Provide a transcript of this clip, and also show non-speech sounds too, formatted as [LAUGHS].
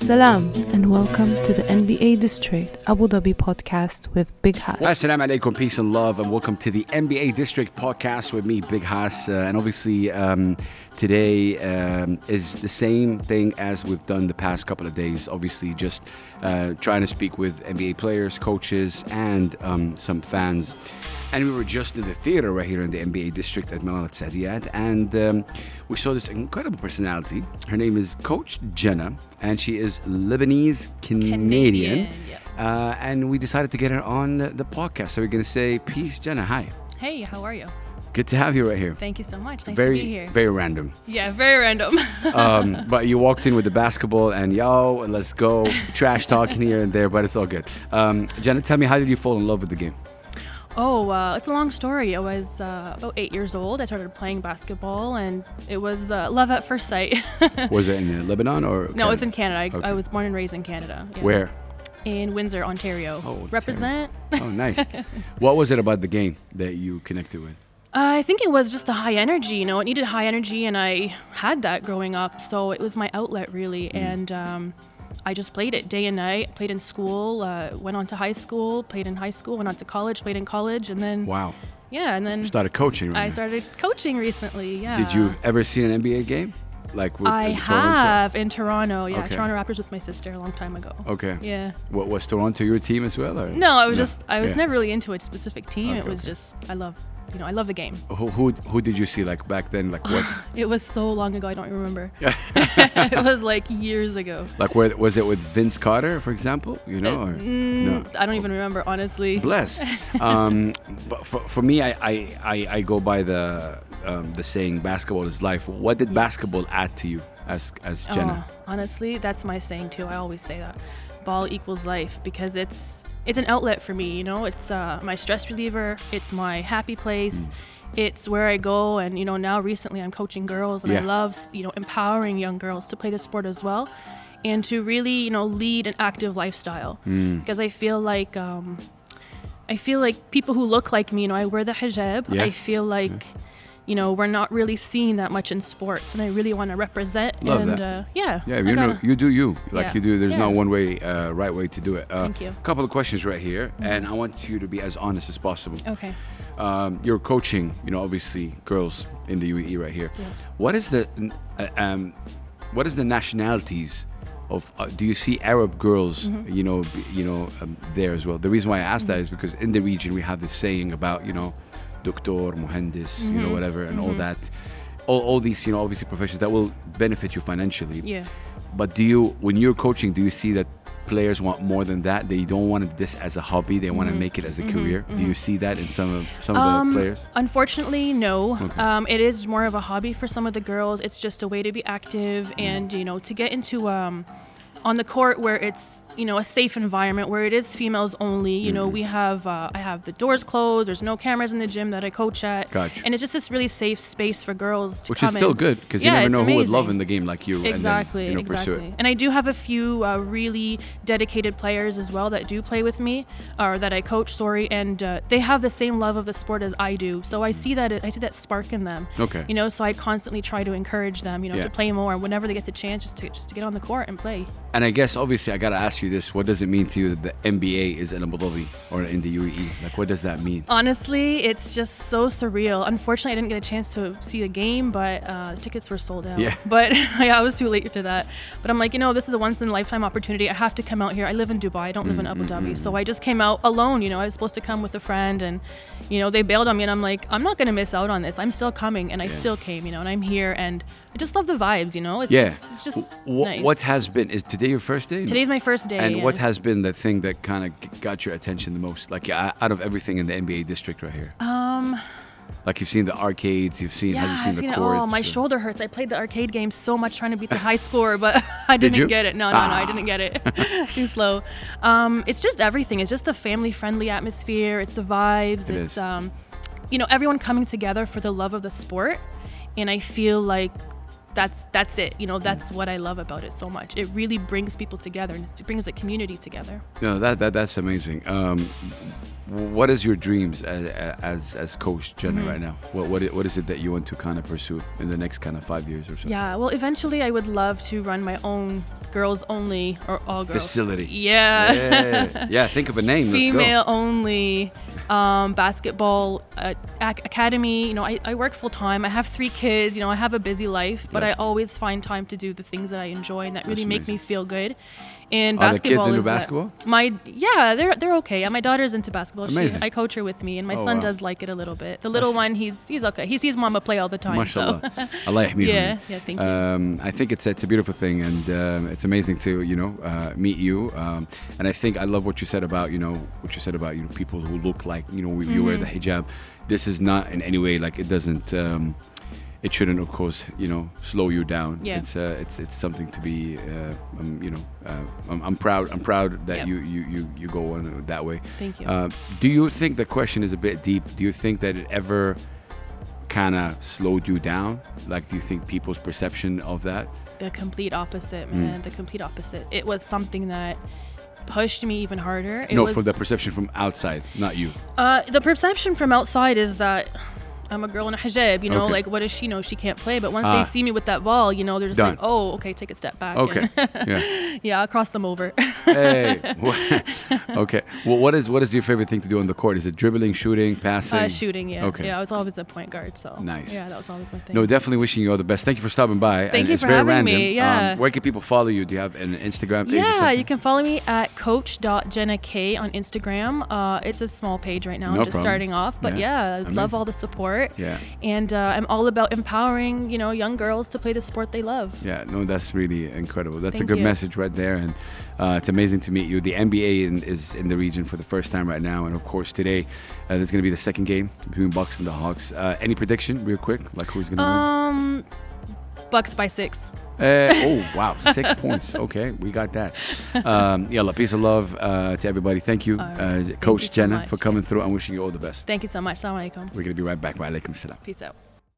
Salam and welcome to the NBA District Abu Dhabi podcast with Big Hat. Assalamu alaikum, peace and love, and welcome to the NBA District podcast with me, Big Hass. Uh, and obviously, um, today um, is the same thing as we've done the past couple of days. Obviously, just uh, trying to speak with NBA players, coaches, and um, some fans. And we were just in the theater right here in the NBA District at Malat Sadiyat, and um, we saw this incredible personality. Her name is Coach Jenna, and she is Lebanese Canadian. Canadian, yeah. Uh, and we decided to get her on the podcast. So we're going to say, Peace, Jenna. Hi. Hey, how are you? Good to have you right here. Thank you so much. Nice very, to be here. very random. yeah, very random. [LAUGHS] Um, but you walked in with the basketball and yo, let's go. Trash talking here and there, but it's all good. Um, Jenna, tell me, how did you fall in love with the game? oh, uh, it's a long story. I was uh, about eight years old. I started playing basketball, and it was uh, love at first sight. [LAUGHS] Was it in uh, Lebanon or? no, it's in Canada. I, Okay. I was born and raised in Canada. yeah. Where? In Windsor, Ontario. Ontario. Represent. Oh, nice. [LAUGHS] what was it about the game that you connected with? I think it was just the high energy, you know, it needed high energy, and I had that growing up. So it was my outlet, really. Hmm. And um, I just played it day and night, played in school, uh, went on to high school, played in high school, went on to college, played in college, and then, Wow. yeah, and then You started coaching right I now. started coaching recently, yeah. Did you ever see an NBA game? Like with I as a Toronto? have in Toronto, yeah, Okay. Toronto Raptors with my sister a long time ago. Okay. Yeah. What was Toronto your team as well? Or? No, I was just, I was Yeah. never really into a specific team. it Okay, was okay. just, I love, you know, I love the game. Who, who who did you see like back then? Like [SIGHS] what? It was so long ago, I [LAUGHS] don't remember. [LAUGHS] it was like years ago. like where was it with Vince Carter, for example? You know? Or, no. Mm, I don't even remember, honestly. [LAUGHS] Bless. Um, but for, for me, I, I, I, I go by the um, the saying basketball is life. What did basketball add to you as as Jenna? Oh, honestly, that's my saying too. I always say that. Ball equals life because it's it's an outlet for me, you know? It's uh, my stress reliever, it's my happy place. Mm. It's where I go and you know now recently I'm coaching girls and Yeah. I love, s- you know, empowering young girls to play the sport as well and to really, you know, lead an active lifestyle Mm. because I feel like um, I feel like people who look like me, you know, I wear the hijab. Yeah. I feel like, you know, we're not really seen that much in sports, and I really want to represent. Love and that. Uh, yeah, Yeah, I you know, gotta- you do you like Yeah. you do. There's no Yeah. one way, uh, right way to do it. Uh, Thank you. Mm-hmm. Couple of questions right here, and I want you to be as honest as possible. okay. um, you're coaching, you know, obviously girls in the UAE right here. Yeah. What is the, uh, um, what is the nationalities of? Uh, do you see Arab girls, Mm-hmm. you know, b- you know, um, there as well? The reason why I asked that is because in the region we have this saying about, you know, doctor, muhandis, you Mm-hmm. know, whatever, and all that. All, all these, you know, obviously professions that will benefit you financially. Yeah. But do you, when you're coaching, do you see that players want more than that? They don't want this as a hobby. They want to make it as a career. Do you see that in some of some of Mm-hmm. Um, the players? Unfortunately, no. Um, it is more of a hobby for some of the girls. It's just a way to be active Mm-hmm. and you know to get into um, on the court where it's you know a safe environment where it is females only. You Mm-hmm. know we have uh, I have the doors closed. There's no cameras in the gym that I coach at. Gotcha. And it's just this really safe space for girls. To Which come is still in. good because Yeah, you never it's know who would love amazing. in the game like you. Exactly, and then, you know, exactly. Pursue it. And I do have a few uh, really dedicated players as well that do play with me, or that I coach. Sorry, and uh, they have the same love of the sport as I do. So I see that I see that spark in them. Okay. You know, so I constantly try to encourage them. You know, Yeah. to play more whenever they get the chance, just to just to get on the court and play. And I guess obviously I gotta ask you this: What does it mean to you that the NBA is in Abu Dhabi or in the UAE? Like, what does that mean? Oh, Honestly, it's just so surreal. Unfortunately, I didn't get a chance to see the game, but uh, tickets were sold out. Yeah. [LAUGHS] But yeah, I was too late to that. But I'm like, you know, this is a once in a lifetime opportunity. I have to come out here. I live in Dubai. I don't live in Abu Mm-hmm, Dhabi. So I just came out alone. You know, I was supposed to come with a friend, and you know, they bailed on me. And I'm like, I'm not gonna miss out on this. I'm still coming, and I still came. You know, and I'm here, and I just love the vibes. You know, it's yeah. just, it's just Wh- nice. What has been? Is today your first day? Today's my first day. And what yeah. has been the thing that kind of got your attention the most? Like uh, out of everything in the NBA district right here. Um. Like you've seen the arcades, you've seen. have Yeah, you seen I've the seen it courts? all. My or- shoulder hurts. I played the arcade game so much trying [LAUGHS] to beat the high score, but [LAUGHS] I didn't you? get it. No, no, no, Ah. I didn't get it. [LAUGHS] Too slow. Um, it's just everything. It's just the family-friendly atmosphere. It's the vibes. It it's is. um, you know, everyone coming together for the love of the sport, and I feel like that's that's it. You know, that's what I love about it so much. It really brings people together and it brings the community together. No, that, that that's amazing. Um, what is your dreams as as, as coach Jenna Mm-hmm. right now? What what i- what is it that you want to kind of pursue in the next kind of five years or so? Yeah, well, eventually I would love to run my own girls only or all girls Facility. Yeah. Yeah, yeah, think of a name. Let's go. Female only um, basketball uh, ac- academy. You know, I, I work full time. I have three kids. You know, I have a busy life, but Yeah. I always find time to do the things that I enjoy and that really That's make me amazing. feel good. And Are the kids basketball into is that- basketball? my yeah, they're they're okay. And my daughter's into basketball. She, Amazing. I coach her with me, and my Oh, son wow. does like it a little bit. The little That's- one, he's he's okay. He sees mama play all the time. [LAUGHS] Mashallah. So. Allah يحميهم. Yeah, yeah, thank you. Um, I think it's it's a beautiful thing, and um, it's amazing to you know uh, meet you. Um, and I think I love what you said about you know what you said about you know people who look like you know we you wear the Mm-hmm. hijab. This is not in any way like it doesn't. Um, it shouldn't, of course, you know, slow you down. Yeah. It's uh, it's it's something to be, uh, um, you know, uh, I'm, I'm proud. I'm proud that Yeah. you, you you you go on that way. Thank you. Uh, do you think the question is a bit deep? Do you think that it ever kind of slowed you down? Like, do you think people's perception of that? the complete opposite, mm. man. The complete opposite. It was something that pushed me even harder. It no, was, for the perception from outside, not you. Uh, the perception from outside is that I'm a girl in a hijab, you know, Okay. like what does she know? She can't play. But once Ah. they see me with that ball, you know, they're just Done. like, oh, okay, take a step back. Okay. And yeah. [LAUGHS] yeah, I'll cross them over. [LAUGHS] Hey. wha- okay. Well, what is what is your favorite thing to do on the court? Is it dribbling, shooting, passing? uh, shooting, yeah. Okay. Yeah, I was always a point guard, so. Nice. Yeah, that was always my thing. No, definitely wishing you all the best. Thank you for stopping by. Thank you it's for very having random. me, yeah. Um, where can people follow you? Do you have an Instagram page? or yeah, something? you can follow me at coach.jennak on Instagram. Uh, it's a small page right now. No I'm just problem. starting off. Yeah, But yeah, I love amazing. all the support. Yeah. And uh, I'm all about empowering, you know, young girls to play the sport they love. Yeah, no, that's really incredible. That's a Thank good you. message right there, and uh, it's amazing to meet you. The NBA in, is in the region for the first time right now, and of course today uh, there's going to be the second game between Bucks and the Hawks. Uh, any prediction, real quick, like who's going to Um, Bucks by six. [LAUGHS] win? Uh, oh wow, six [LAUGHS] points. Okay, we got that. Um, yeah, peace of love uh, to everybody. Thank you, All right. uh, Thank Coach you so Jenna, much. for coming through. I'm wishing you all the best. Thank you so much. Assalamu alaikum. We're going to be right back. Wa alaikum salam. Peace out.